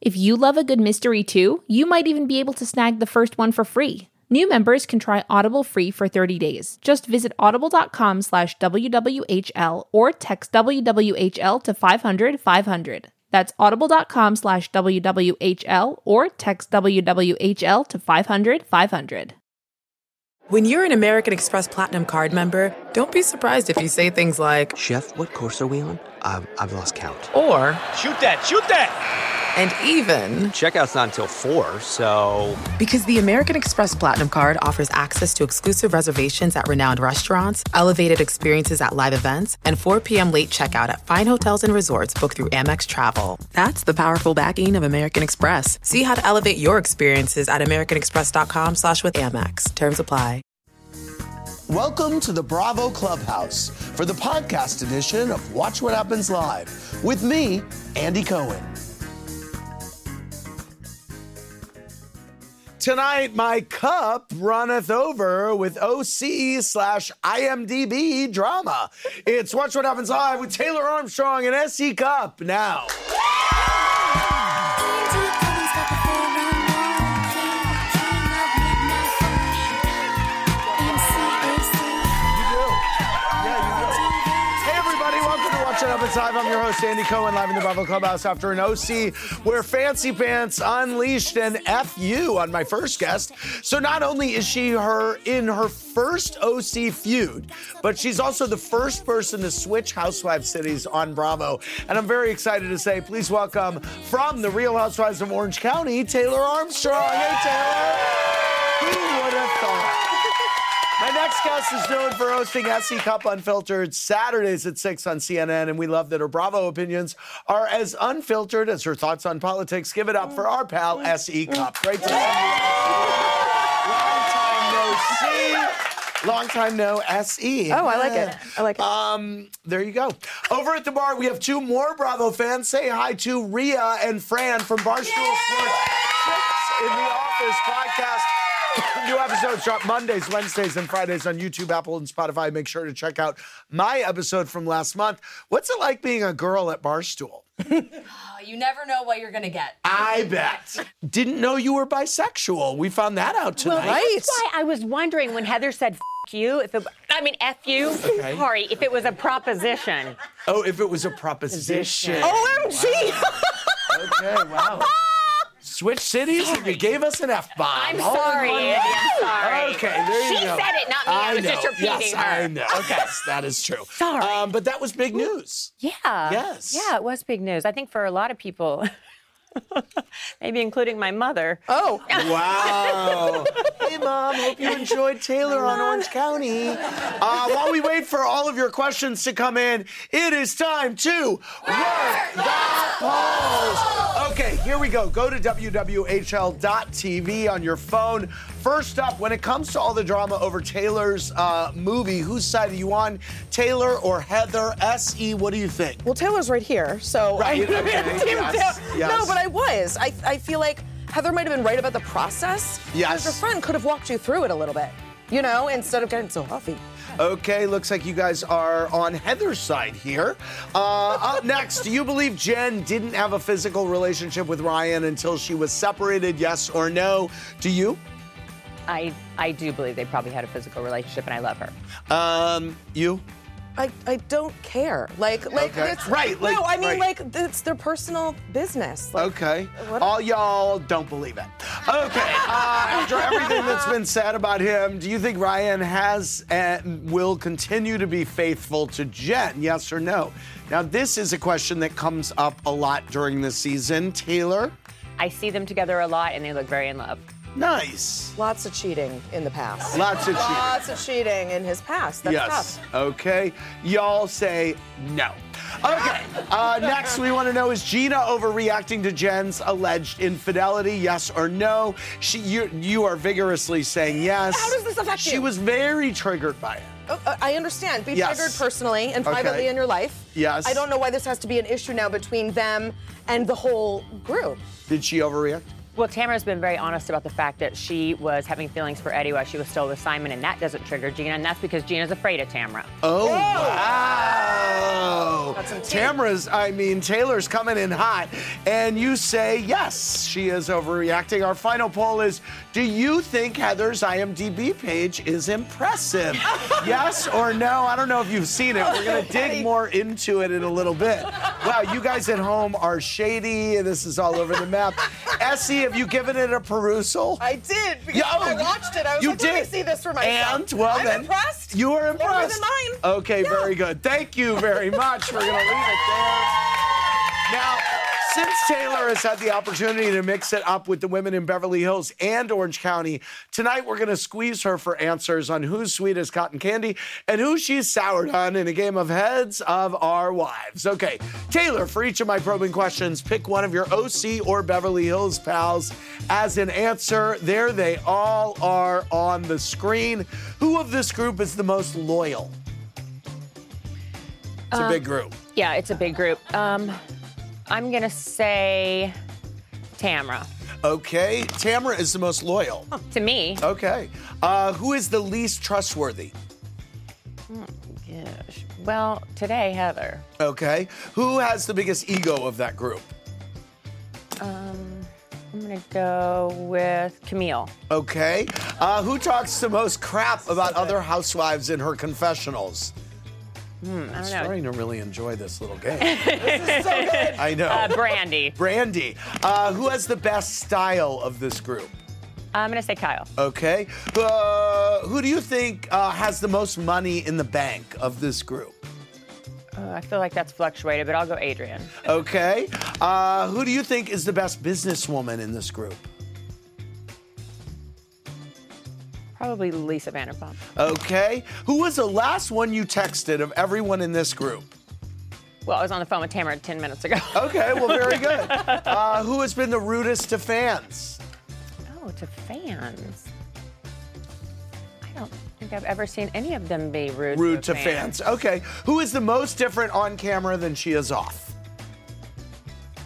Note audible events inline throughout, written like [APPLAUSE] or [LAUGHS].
If you love a good mystery too, you might even be able to snag the first one for free. New members can try Audible free for 30 days. Just visit audible.com slash WWHL or text WWHL to 500 500. That's audible.com slash WWHL or text WWHL to 500 500. When you're an American Express Platinum Card member, don't be surprised if you say things like, Chef, what course are we on? Um, I've lost count. or, Shoot that, shoot that! and even, Checkout's not until four, so because the American Express Platinum Card offers access to exclusive reservations at renowned restaurants, elevated experiences at live events, and 4 p.m. late checkout at fine hotels and resorts booked through Amex Travel. That's the powerful backing of American Express. See how to elevate your experiences at americanexpress.com slash with Amex. Terms apply. Welcome to the Bravo Clubhouse for the podcast edition of Watch What Happens Live with me, Andy Cohen. Tonight, my cup runneth over with OC slash IMDb drama. It's Watch What Happens Live with Taylor Armstrong and SC Cup now. Hey, everybody, welcome to Watch It Up It's Live. I'm your host, Andy Cohen, live in the Bravo Clubhouse after an OC where Fancy Pants unleashed an FU on my first guest. So, not only is she her in her first OC feud, but she's also the first person to switch Housewives cities on Bravo. And I'm very excited to say, please welcome from the Real Housewives of Orange County, Taylor Armstrong. Hey, Taylor. Who would have thought? [LAUGHS] My next guest is known for hosting SC Cup Unfiltered Saturdays at 6 on CNN, and we love that her Bravo opinions are as unfiltered as her thoughts on politics. Give it up for our pal, SE Cup. Great to have you. Long time no see. Long time no E. SE. Oh, I like it. I like it. There you go. Over at the bar, we have two more Bravo fans. Say hi to Rhea and Fran from Barstool Sports Chicks in the Office podcast. [COUGHS] New episodes drop Mondays, Wednesdays, and Fridays on YouTube, Apple, and Spotify. Make sure to check out my episode from last month. What's it like being a girl at Barstool? You never know what you're gonna get. I bet. Didn't know you were bisexual. We found that out tonight. That's why I was wondering when Heather said F- you, if it, I mean F you, sorry, if it was a proposition. Oh, if it was a proposition. OMG! Okay, wow. [LAUGHS] Switch cities, and you gave us an F bomb. I'm sorry, Andy, I'm sorry. Okay, there you She go. said it, not me. I was know. just repeating yes, her. I know. Okay, yes, that is true. Sorry. Um, but that was big news. Yeah. Yes. Yeah, it was big news. I think for a lot of people, [LAUGHS] maybe including my mother. Oh, Wow. [LAUGHS] hey, Mom, hope you enjoyed Taylor on Orange County. Uh, while we wait for all of your questions to come in, it is time to work the polls. Okay, here we go. Go to wwhl.tv on your phone. First up, when it comes to all the drama over Taylor's uh, movie, whose side are you on, Taylor or Heather? S.E., what do you think? well, Taylor's right here, so Right, [LAUGHS] I okay, yes, yes. No, but I was. I, I feel like Heather might have been right about the process. Yes. Because her friend could have walked you through it a little bit, you know, instead of getting so huffy. Okay, looks like you guys are on Heather's side here. Uh, [LAUGHS] up next, do you believe Jen didn't have a physical relationship with Ryan until she was separated? Yes or no? Do you? I, I do believe they probably had a physical relationship, and I love her. Um, you? I, I don't care. Like, like Okay. it's Right, like- no, I mean right. like it's their personal business. Like, Okay. What- All y'all don't believe it. Okay. Uh, after everything that's been said about him, do you think Ryan has and will continue to be faithful to Jen? Yes or no? Now, this is a question that comes up a lot during the season. Taylor? I see them together a lot, and they look very in love. Nice. Lots of cheating in the past. Lots of cheating. Lots of cheating in his past. That's yes. tough. Okay. Y'all say no. Okay. Uh, next, we want to know is Gina overreacting to Jen's alleged infidelity? Yes or no? She, you, you are vigorously saying yes. How does this affect She you? was very triggered by it. Oh, uh, I understand. Be Yes. triggered personally and Okay. privately in your life. Yes. I don't know why this has to be an issue now between them and the whole group. Did she overreact? Well, Tamara's been very honest about the fact that she was having feelings for Eddie while she was still with Simon, and that doesn't trigger Gina, and that's because Gina's afraid of Tamara. Oh, wow. Got some tea. Tamara's, I mean, Taylor's coming in hot. And you say yes, she is overreacting. Our final poll is Do you think Heather's IMDb page is [LAUGHS] impressive? yes or no? I don't know if you've seen it. We're going to dig more into it in a little bit. Wow, you guys at home are shady. This is all over the [LAUGHS] map. Essie, have you given it a perusal? I did because Yeah, oh, when I watched it. I was you like, did. let me see this for myself. And well, I'm then impressed. You were More than impressed. mine. Okay, Yeah. very good. Thank you very much. We're gonna leave it there. Now, since Taylor has had the opportunity to mix it up with the women in Beverly Hills and Orange County, tonight we're going to squeeze her for answers on who's sweet as cotton candy and who she's soured on in a game of heads of our wives. Okay, Taylor, for each of my probing questions, pick one of your OC or Beverly Hills pals as an answer. There they all are on the screen. Who of this group is the most loyal? It's a big group. Yeah, it's a big group. Um, I'm gonna say Tamara. Okay, Tamara is the most loyal. To me, Okay. Uh, who is the least trustworthy? gosh. Well, today Heather. Okay. Who has the biggest ego of that group? Um, I'm gonna go with Camille. Okay. Uh, who talks the most crap about other housewives in her confessionals? I I'm don't know. starting to really enjoy this little game. this is so good. I know. Uh, Brandy. Brandy. Uh, who has the best style of this group? Uh, I'm gonna say Kyle. Okay. Uh, who do you think uh, has the most money in the bank of this group? Uh, I feel like that's fluctuated, but I'll go Adrian. Okay. Uh, who do you think is the best businesswoman in this group? Probably Lisa Vanderpump. Okay. Who was the last one you texted of everyone in this group? Well, I was on the phone with Tamara 10 minutes ago. Okay, well, very good. Uh, who has been the rudest to fans? Oh, to fans. I don't think I've ever seen any of them be rude. Rude to, to a fan. fans. Okay. Who is the most different on camera than she is off?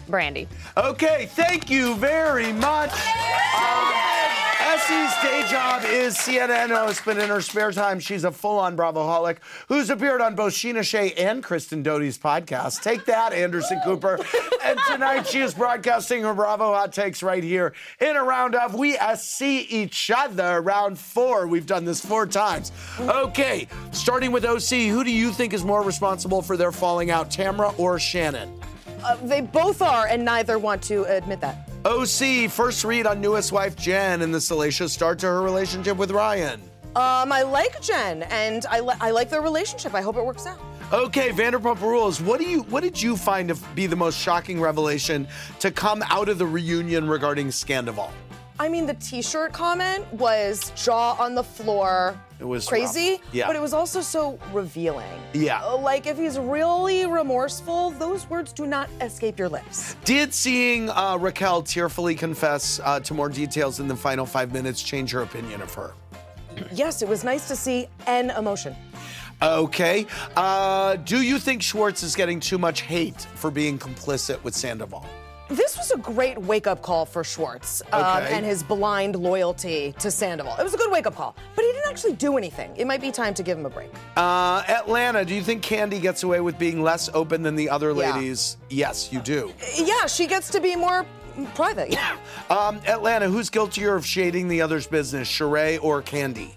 Brandy. Okay, thank you very much. Um, Essie's day job is CNN host, but in her spare time, she's a full-on Bravoholic who's appeared on both Sheena Shea and Kristen Doty's podcast. Take that, Anderson Cooper. And tonight, she is broadcasting her Bravo hot takes right here in a round of We See Each Other, round four. We've done this four times. Okay, starting with OC, who do you think is more responsible for their falling out, Tamra or Shannon? Uh, they both are, and neither want to admit that. OC, first read on newest wife Jen and the salacious start to her relationship with Ryan. Um, I like Jen, and I, li- I like their relationship. I hope it works out. Okay, Vanderpump Rules. What do you what did you find to be the most shocking revelation to come out of the reunion regarding Scandival? I mean, the T-shirt comment was jaw on the floor. It was crazy, rough. Yeah. but it was also so revealing. Yeah. Uh, Like if he's really remorseful, those words do not escape your lips. Did seeing uh, Raquel tearfully confess uh, to more details in the final five minutes change your opinion of her? Yes, it was nice to see an emotion. Okay. Uh, do you think Schwartz is getting too much hate for being complicit with Sandoval? This was a great wake up call for Schwartz um, Okay. and his blind loyalty to Sandoval. It was a good wake up call, but he didn't actually do anything. It might be time to give him a break. Uh, Atlanta, do you think Candy gets away with being less open than the other Yeah. ladies? Yes, you do. Yeah, she gets to be more private. [LAUGHS] Yeah. Um, Atlanta, who's guiltier of shading the other's business, Sheree or Candy?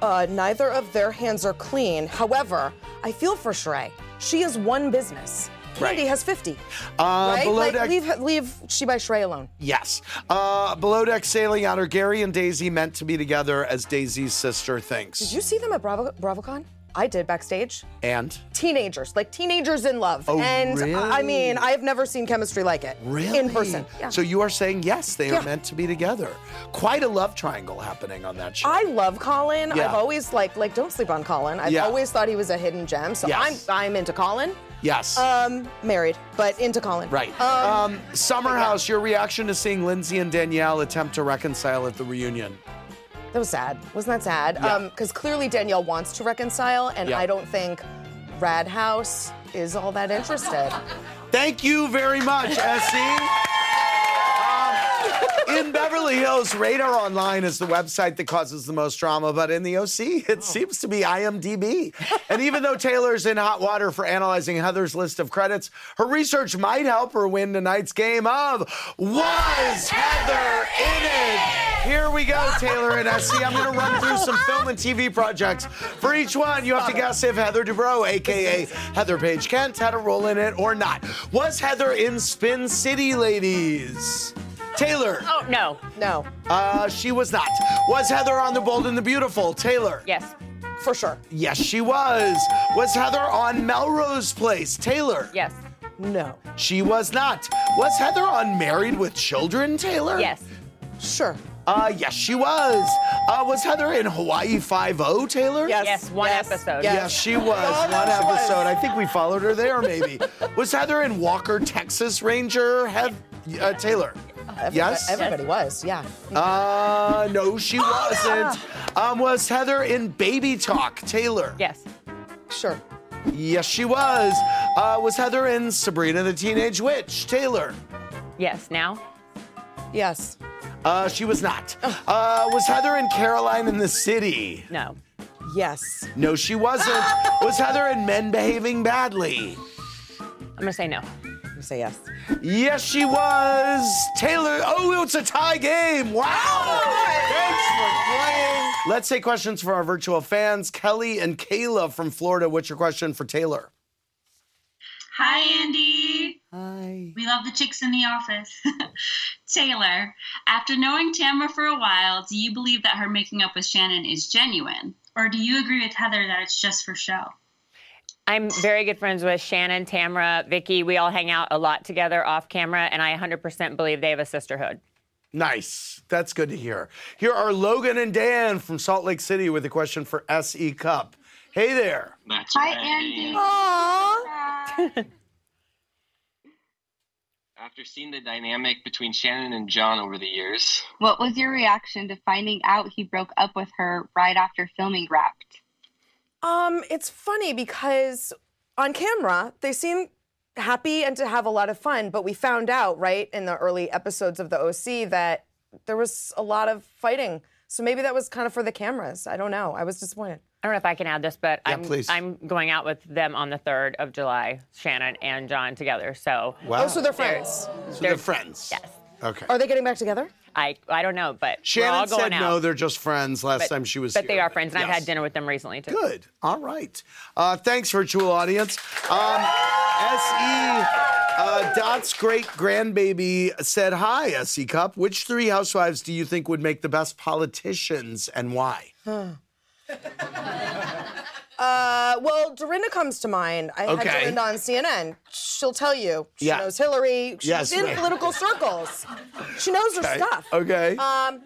Uh, neither of their hands are clean. However, I feel for Sheree. She is one business. Candy Right. has 50. Uh, right? below Like, deck- leave, leave She by Sheree alone. Yes. Uh, below deck sailing honor, Gary and Daisy meant to be together as Daisy's sister thinks. Did you see them at Bravo- BravoCon? I did backstage. and? Teenagers, like teenagers in love. Oh, and uh, I- I really? mean, I have never seen chemistry like it. Really? In person. Yeah. So you are saying yes, they Yeah. are meant to be together. Quite a love triangle happening on that show. I love Colin. Yeah. I've always like like don't sleep on Colin. I've Yeah. always thought he was a hidden gem. So Yes. I'm I'm into Colin. Yes. Um, married, but into Colin. right. Um, Um, Summerhouse, your reaction to seeing Lindsay and Danielle attempt to reconcile at the reunion? that was sad. Wasn't that sad? Yeah. Because clearly Danielle wants to reconcile, and Yeah. I don't think Rad House is all that [LAUGHS] interested. Thank you very much, [LAUGHS] E. Essie. Um, In Beverly Hills, Radar Online is the website that causes the most drama, but in the OC, it seems to be IMDb. and even though Taylor's in hot water for analyzing Heather's list of credits, her research might help her win tonight's game of Was Heather in It? Here we go, Taylor and Essie. I'm going to run through some film and TV projects. For each one, you have to guess if Heather Dubrow, aka Heather Page Kent, had a role in it or not. Was Heather in Spin City, ladies? Taylor. Oh, no. no, Uh, she was not. Was Heather on The Bold and the Beautiful? Taylor. Yes. for sure. Yes, she was. Was Heather on Melrose Place? Taylor. Yes. No, She was not. Was Heather on Married with Children? Taylor. Yes. sure. Uh, yes, she was. Uh, was Heather in Hawaii Five O? Taylor. Yes. Yes. One yes, episode. yes. Yes, she was. One she was. episode. I think we followed her there, maybe. [LAUGHS] was Heather in Walker, Texas Ranger? Heath- uh, Taylor. Yes. Everybody was, yeah. Uh, no, she wasn't. Um, was Heather in Baby Talk? Taylor. Yes. Sure. Yes, she was. Uh, was Heather in Sabrina the Teenage Witch? Taylor. Yes. Now? Yes. Uh, she was not. Uh, was Heather in Caroline in the City? No. Yes. No, she wasn't. Was Heather in Men Behaving Badly? I'm going to say no. I'm gonna say yes. Yes, she was. Taylor. Oh, it's a tie game. Wow. Thanks for playing. Let's take questions for our virtual fans. Kelly and Kayla from Florida. What's your question for Taylor? Hi, Andy. Hi. We love the chicks in the office. [LAUGHS] Taylor, after knowing Tamra for a while, do you believe that her making up with Shannon is genuine? Or do you agree with Heather that it's just for show? I'm very good friends with Shannon, Tamra, Vicky. We all hang out a lot together off camera, and I 100% believe they have a sisterhood. Nice. That's good to hear. Here are Logan and Dan from Salt Lake City with a question for SE Cup. Hey there. That's Hi, right. Andy. After seeing the dynamic between Shannon and John over the years, What was your reaction to finding out he broke up with her right after filming Wrapped? Um, it's funny because on camera they seem happy and to have a lot of fun, but we found out right in the early episodes of the OC that there was a lot of fighting. So maybe that was kind of for the cameras. I don't know. I was disappointed. I don't know if I can add this, but Yeah, I'm, please. I'm going out with them on the 3rd of July, Shannon and John together. So Wow. Oh, so they're friends. So they're friends. Yes. Okay. Are they getting back together? I, I don't know, but we're all Shannon going said out. no, they're just friends last time she was but they here. are friends, and I've Yes. had dinner with them recently, too. Good. All right. Uh, thanks, virtual audience. Um, SE uh, Dot's great grandbaby said, Hi, SE Cup. Which three housewives do you think would make the best politicians and why? Uh, well, Dorinda comes to mind. I Okay. had Dorinda on CNN. She'll tell you. She Yeah. knows Hillary. She's Yes, in right. political circles. She knows her stuff. Okay. Um,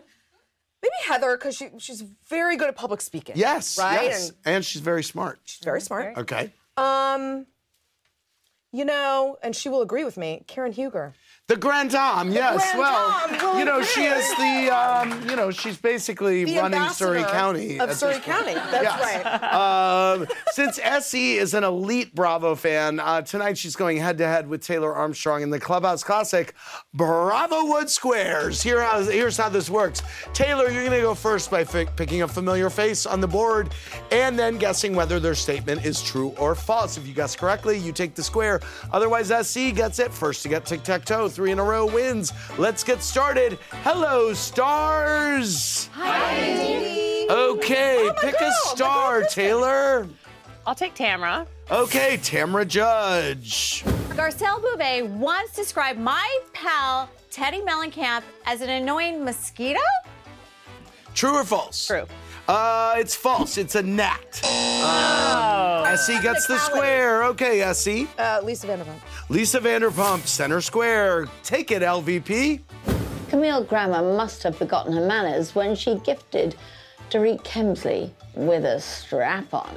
maybe Heather, because she, she's very good at public speaking. yes. Right? Yes. And And she's very smart. she's Mm-hmm. very smart. Okay. Um, you know, and she will agree with me, Karen Huger. The grand dame, yes. grand well, dame will you know, she be- is the, um, you know, she's basically The running ambassador Surrey County. Of at Surrey this point. County. That's Yes. right. Um, since Essie is an elite Bravo fan, uh, tonight she's going head to head with Taylor Armstrong in the Clubhouse Classic, Bravo Wood Squares. Here how, here's how this works. Taylor, you're going to go first by fi- picking a familiar face on the board and then guessing whether their statement is true or false. If you guess correctly, you take the square. Otherwise, SC gets it first to get tic tac toe. Three in a row wins. Let's get started. Hello, stars. Okay, pick girl, my a star, Taylor. I'll take Tamra. Okay, Tamra Judge. Garcelle Boubet once described my pal Teddy Mellencamp as an annoying mosquito. True or false? True. Uh, it's false. It's a gnat. Oh. Um, Essie gets the square. Okay, Essie. Uh, Lisa Vanderpump. Lisa Vanderpump, center square. Take it, LVP. Camille Grammer must have forgotten her manners when she gifted Tariq Kemsley with a strap on.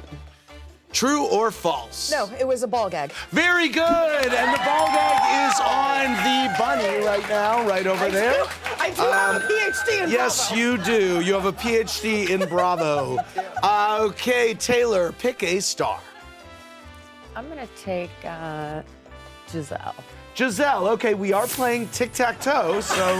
True or false? No, it was a ball gag. Very good. And the ball gag is on the bunny right now, right over I do- there. Um, I do have a PhD in Yes, Bravo. you do. You have a PhD in [LAUGHS] Bravo. Uh, okay, Taylor, pick a star. I'm gonna take uh, Giselle. Giselle, okay, we are playing tic tac toe, so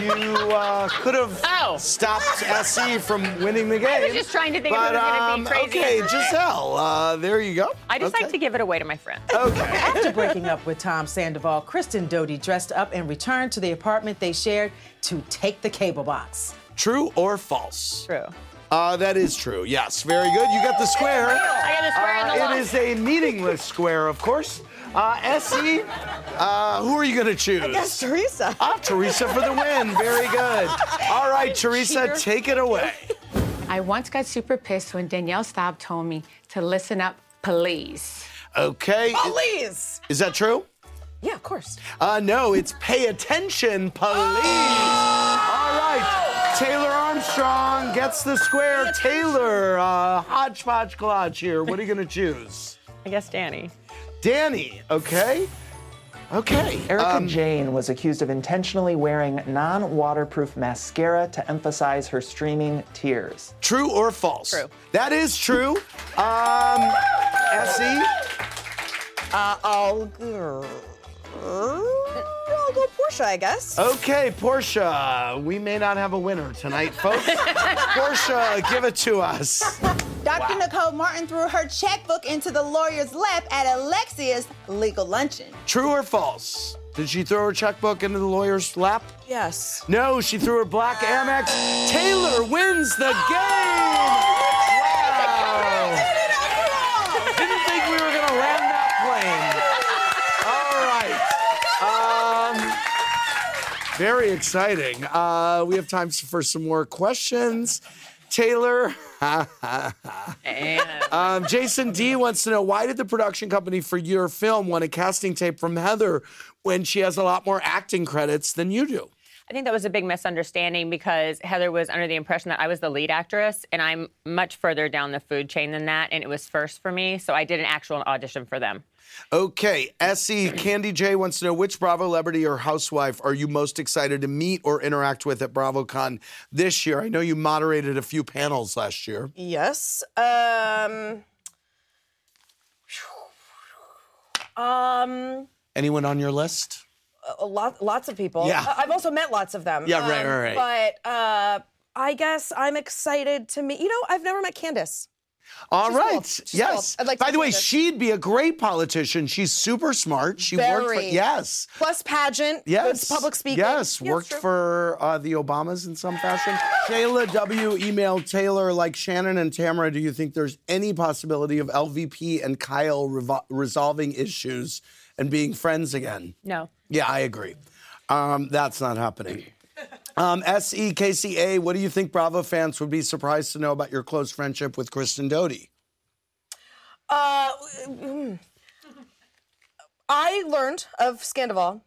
you uh, could have stopped SE from winning the game. Oh. I was just trying to think if it but, was gonna um, be crazy. Okay, Giselle, uh, there you go. I just Okay. Oh. like to give it away to my friends. After breaking up with Tom Sandoval, Kristen Doty dressed up and returned to the apartment they shared to take the cable box. True or false? True. Uh, that is true. Yes, very good. You got the square. I got the square and the Uh, lock. It is a meaningless square, of course. Uh, Essie, uh, who are you going to choose? Yes, Teresa. Ah, Teresa for the win. Very good. All right, Teresa, Cheater. take it away. I once got super pissed when Danielle Staub told me to listen up, please. Okay. Please. Is that true? Yeah, of course. Uh, no, it's pay attention, police. Oh! All right. Taylor Armstrong gets the square. Taylor, uh, hodgepodge collage here. What are you going to choose? I guess Danny. Danny, okay. Okay. Er- Erica um, Jane was accused of intentionally wearing non waterproof mascara to emphasize her streaming tears. True or false? True. That is true. Um, E? Essie? Uh, I'll go. I'll go Portia, I guess. Okay, Portia, we may not have a winner tonight, [LAUGHS] folks. Portia, give it to us. Dr. Nicole Martin threw her checkbook into the lawyer's lap at Alexia's legal luncheon. True or false? Did she throw her checkbook into the lawyer's lap? Yes. No, she threw her black Amex. Taylor wins the game! Wow! Didn't think we were gonna land that plane. All right. Um, very exciting. Uh, we have time for some more questions. Taylor. [LAUGHS] um, Jason D wants to know why did the production company for your film want a casting tape from Heather when she has a lot more acting credits than you do? I think that was a big misunderstanding because Heather was under the impression that I was the lead actress, and I'm much further down the food chain than that, and it was first for me, so I did an actual audition for them. Okay, Essie Candy J wants to know which Bravo celebrity or housewife are you most excited to meet or interact with at BravoCon this year? I know you moderated a few panels last year. Yes. Um. Um. Anyone on your list? a lot, lots of people. Yeah. I- I've also met lots of them. Um, Yeah, right, right, right. But uh, I guess I'm excited to meet. You know, I've never met Candace. All right. She's Yes. cool. I'd like to By the way, meet her. she'd be a great politician. She's super smart. She worked for Very. yes. Plus pageant. Yes. Good public speaking. Yes, Yeah, worked true. for uh, the Obamas in some fashion. Shayla W. emailed Taylor, like Shannon and Tamara, do you think there's any possibility of LVP and Kyle revo- resolving issues and being friends again? No. Yeah, I agree. Um, that's not [LAUGHS] happening. Um, S-E-K-C-A, what do you think Bravo fans would be surprised to know about your close friendship with Kristen Doty? Uh, mm. I learned of Scandival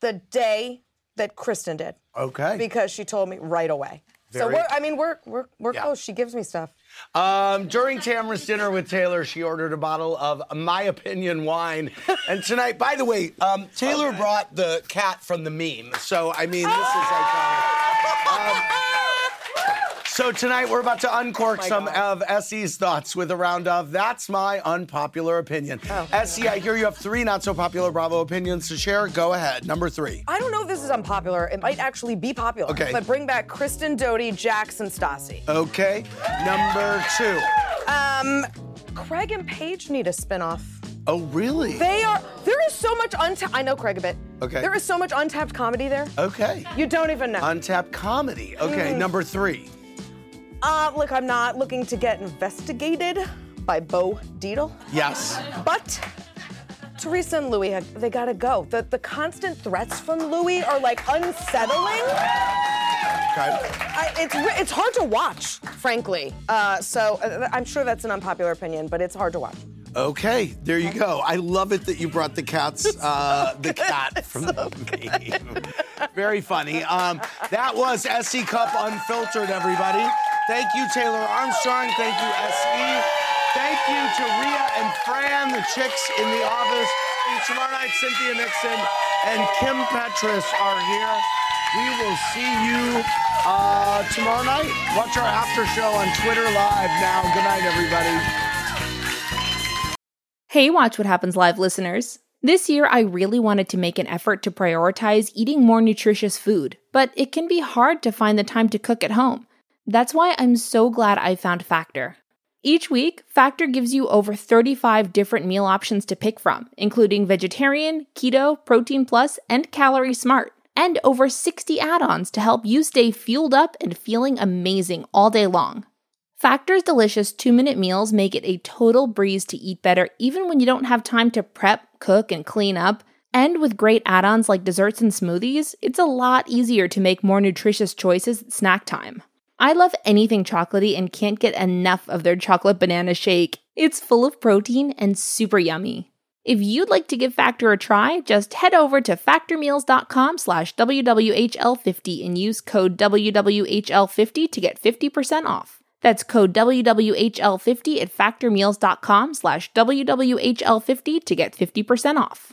the day that Kristen did. Okay. Because she told me right away. so Very- we're, I mean, we're we're we're Yeah. close. She gives me stuff. Um, during Tamara's dinner with Taylor, she ordered a bottle of My Opinion wine. And tonight, by the way, um, Taylor brought the cat from the meme. So, I mean, this is iconic. Um, so, tonight we're about to uncork some of Essie's thoughts with a round of That's My Unpopular Opinion. Essie, I hear you have three not so popular Bravo opinions to share. Go ahead. Number three. I don't know if this is unpopular. It might actually be popular. Okay. But bring back Kristen Doty, Jackson Stassi. Okay. Number two. Um, Craig and Paige need a spinoff. Oh, really? They are. There is so much untapped. I know Craig a bit. Okay. There is so much untapped comedy there. Okay. You don't even know. Untapped comedy. Okay. Mm. Number three. Uh, look, I'm not looking to get investigated by Bo Deedle, Yes. but Teresa and Louis, they gotta go. The, the constant threats from Louis are like unsettling. Okay. I, it's, re- it's hard to watch, frankly. Uh, so uh, I'm sure that's an unpopular opinion, but it's hard to watch. Okay, there you go. I love it that you brought the cats, uh, the cat from the game. Very funny. Um, that was E SE Cup Unfiltered, everybody. Thank you, Taylor Armstrong. Thank you, SE. E. Thank you to Rhea and Fran, the chicks in the office. Tomorrow night, Cynthia Nixon and Kim Petras are here. We will see you uh, tomorrow night. Watch our after show on Twitter Live now. Good night, everybody. Hey, Watch What Happens Live listeners. This year, I really wanted to make an effort to prioritize eating more nutritious food, but it can be hard to find the time to cook at home. That's why I'm so glad I found Factor. Each week, Factor gives you over 35 different meal options to pick from, including vegetarian, keto, protein plus, and calorie smart, and over 60 add ons to help you stay fueled up and feeling amazing all day long. Factor's delicious two minute meals make it a total breeze to eat better, even when you don't have time to prep, cook, and clean up. And with great add ons like desserts and smoothies, it's a lot easier to make more nutritious choices at snack time. I love anything chocolatey and can't get enough of their chocolate banana shake. It's full of protein and super yummy. If you'd like to give Factor a try, just head over to factormeals.com slash WWHL50 and use code WWHL50 to get 50% off. That's code WWHL50 at factormeals.com slash WWHL50 to get 50% off.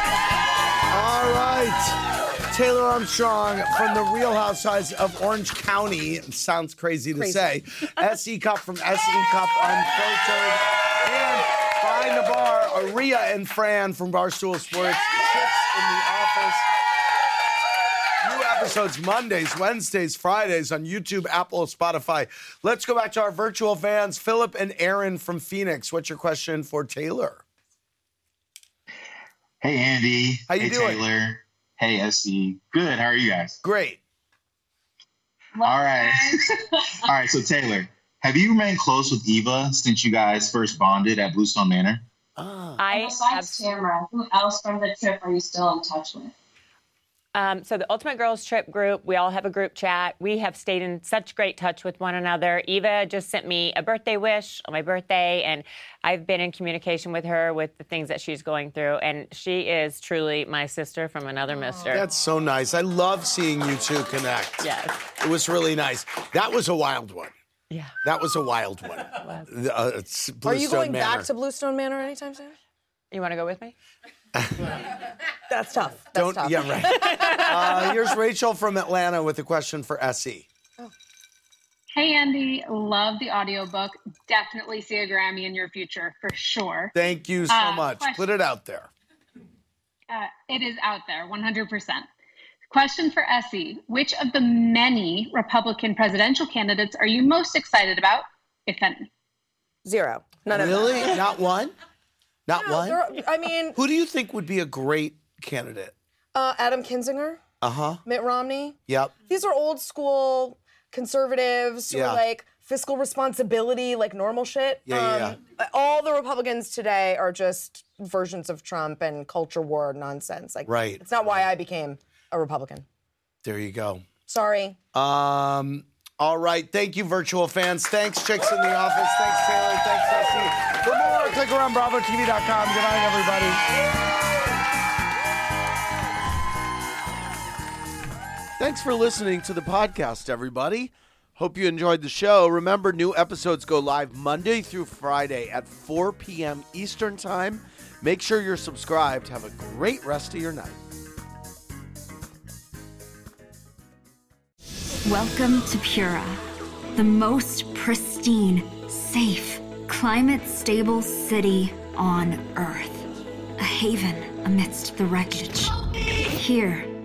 All right. Taylor Armstrong from the Real Housewives of Orange County. It sounds crazy to Crazy. say. SE Cup from SE Cup Unfiltered. And behind the bar, Aria and Fran from Barstool Sports. Chicks in the office. New episodes Mondays, Wednesdays, Fridays on YouTube, Apple, Spotify. Let's go back to our virtual fans, Philip and Aaron from Phoenix. What's your question for Taylor? Hey Andy. How you hey doing? Taylor. Hey SC. Good. How are you guys? Great. All right. All right. So Taylor, have you remained close with Eva since you guys first bonded at Bluestone Manor? I Besides Tamara, who else from the trip are you still in touch with? Um, so the Ultimate Girls Trip group, we all have a group chat. We have stayed in such great touch with one another. Eva just sent me a birthday wish on my birthday, and I've been in communication with her with the things that she's going through, and she is truly my sister from another mister. That's so nice. I love seeing you two connect. Yes. It was really nice. That was a wild one. Yeah. That was a wild [LAUGHS] one. The, uh, it's Are you Bluestone going Manor. back to Bluestone Manor anytime soon? You want to go with me? That's tough. That's Don't. tough. Yeah, right. uh, here's Rachel from Atlanta with a question for E. Essie. Hey, Andy. Love the audiobook. Definitely see a Grammy in your future for sure. Thank you so Uh, much. question- Put it out there. Uh, it is out there 100%. Question for Essie Which of the many Republican presidential candidates are you most excited about, if any? Zero. None of them. really? Not one? Not No, one? there are- I mean, Who do you think would be a great candidate? uh, Adam Kinzinger, Uh huh. Mitt Romney. Yep. These are old school conservatives who Yeah. are like fiscal responsibility, like normal shit. Um, Yeah, yeah, yeah. All the Republicans today are just versions of Trump and culture war nonsense. Like, Right, It's not why I became a Republican. There you go. Sorry. Um, all right. Thank you, virtual fans. Thanks, chicks in the office. Thanks, Taylor. Thanks, Essie. For more, click around bravotv.com. Good night, everybody. Thanks for listening to the podcast, everybody. Hope you enjoyed the show. Remember, new episodes go live Monday through Friday at 4 p.m. Eastern Time. Make sure you're subscribed. Have a great rest of your night. Welcome to Pura, the most pristine, safe, climate stable city on Earth. A haven amidst the wreckage. Here,